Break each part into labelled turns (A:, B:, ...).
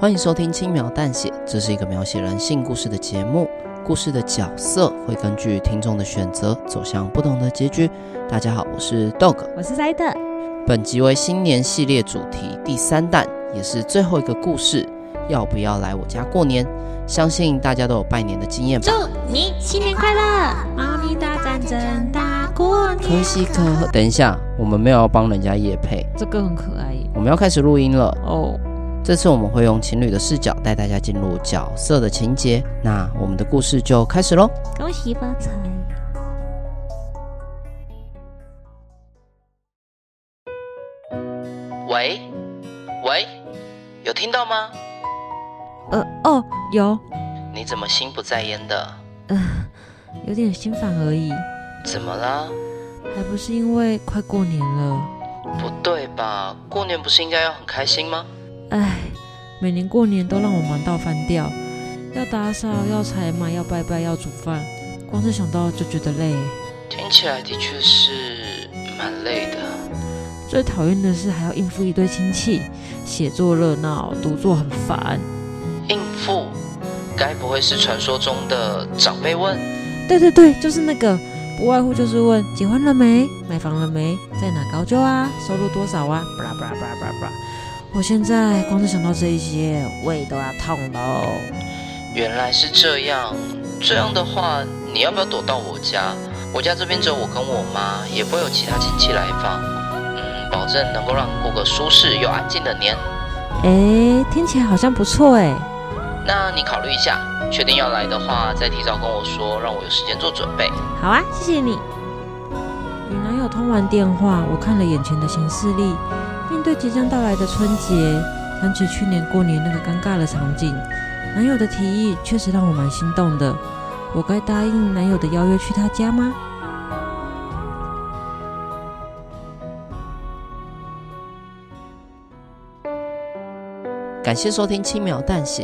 A: 欢迎收听《轻描淡写》，这是一个描写人性故事的节目。故事的角色会根据听众的选择走向不同的结局。大家好，我是 Dog。
B: 我是 Side，
A: 本集为新年系列主题第三弹，也是最后一个故事。要不要来我家过年？相信大家都有拜年的经验吧。
B: 你新年快乐！猫咪大战争大过年，
A: 可喜可贺。等一下，我们没有要帮人家夜配，
B: 这歌很可爱耶
A: 我们要开始录音了。
B: 哦。
A: 这次我们会用情侣的视角带大家进入角色的情节。那我们的故事就开始喽。
B: 恭喜发财！
A: 喂，喂，有听到吗？
B: 呃哦，有，
A: 你怎么心不在焉的？
B: 有点心烦而已，
A: 怎么啦？
B: 还不是因为快过年了。
A: 不对吧？过年不是应该要很开心吗？
B: 唉，每年过年都让我忙到翻掉，要打扫，要采买，要拜拜，要煮饭，光是想到就觉得累。
A: 听起来的确是蛮累的。
B: 最讨厌的是还要应付一堆亲戚，写作热闹，读作很烦。
A: 应付，该不会是传说中的长辈问？
B: 对对对，就是那个，不外乎就是问结婚了没，买房了没，在哪高就啊，收入多少啊，布拉布拉布拉布拉布拉。我现在光是想到这一些，胃都要痛喽。
A: 原来是这样。这样的话，你要不要躲到我家？我家这边只有我跟我妈，也不会有其他亲戚来访。嗯，保证能够让你过个舒适又安静的年。
B: 哎，听起来好像不错哎。
A: 那你考虑一下，确定要来的话，再提早跟我说，让我有时间做准备。
B: 好啊，谢谢你。与男友通完电话，我看了眼前的行事历，面对即将到来的春节，想起去年过年那个尴尬的场景，男友的提议确实让我蛮心动的。我该答应男友的邀约去他家吗？
A: 感谢收听《轻描淡写》。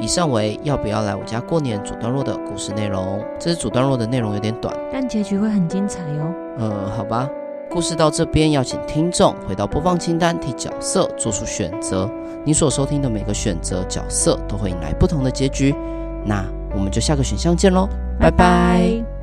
A: 以上为要不要来我家过年主段落的故事内容。这是主段落的内容有点短，
B: 但结局会很精彩哟、哦。
A: 呃，好吧。故事到这边，要请听众回到播放清单，替角色做出选择。你所收听的每个选择角色都会迎来不同的结局。那我们就下个选项见喽，拜拜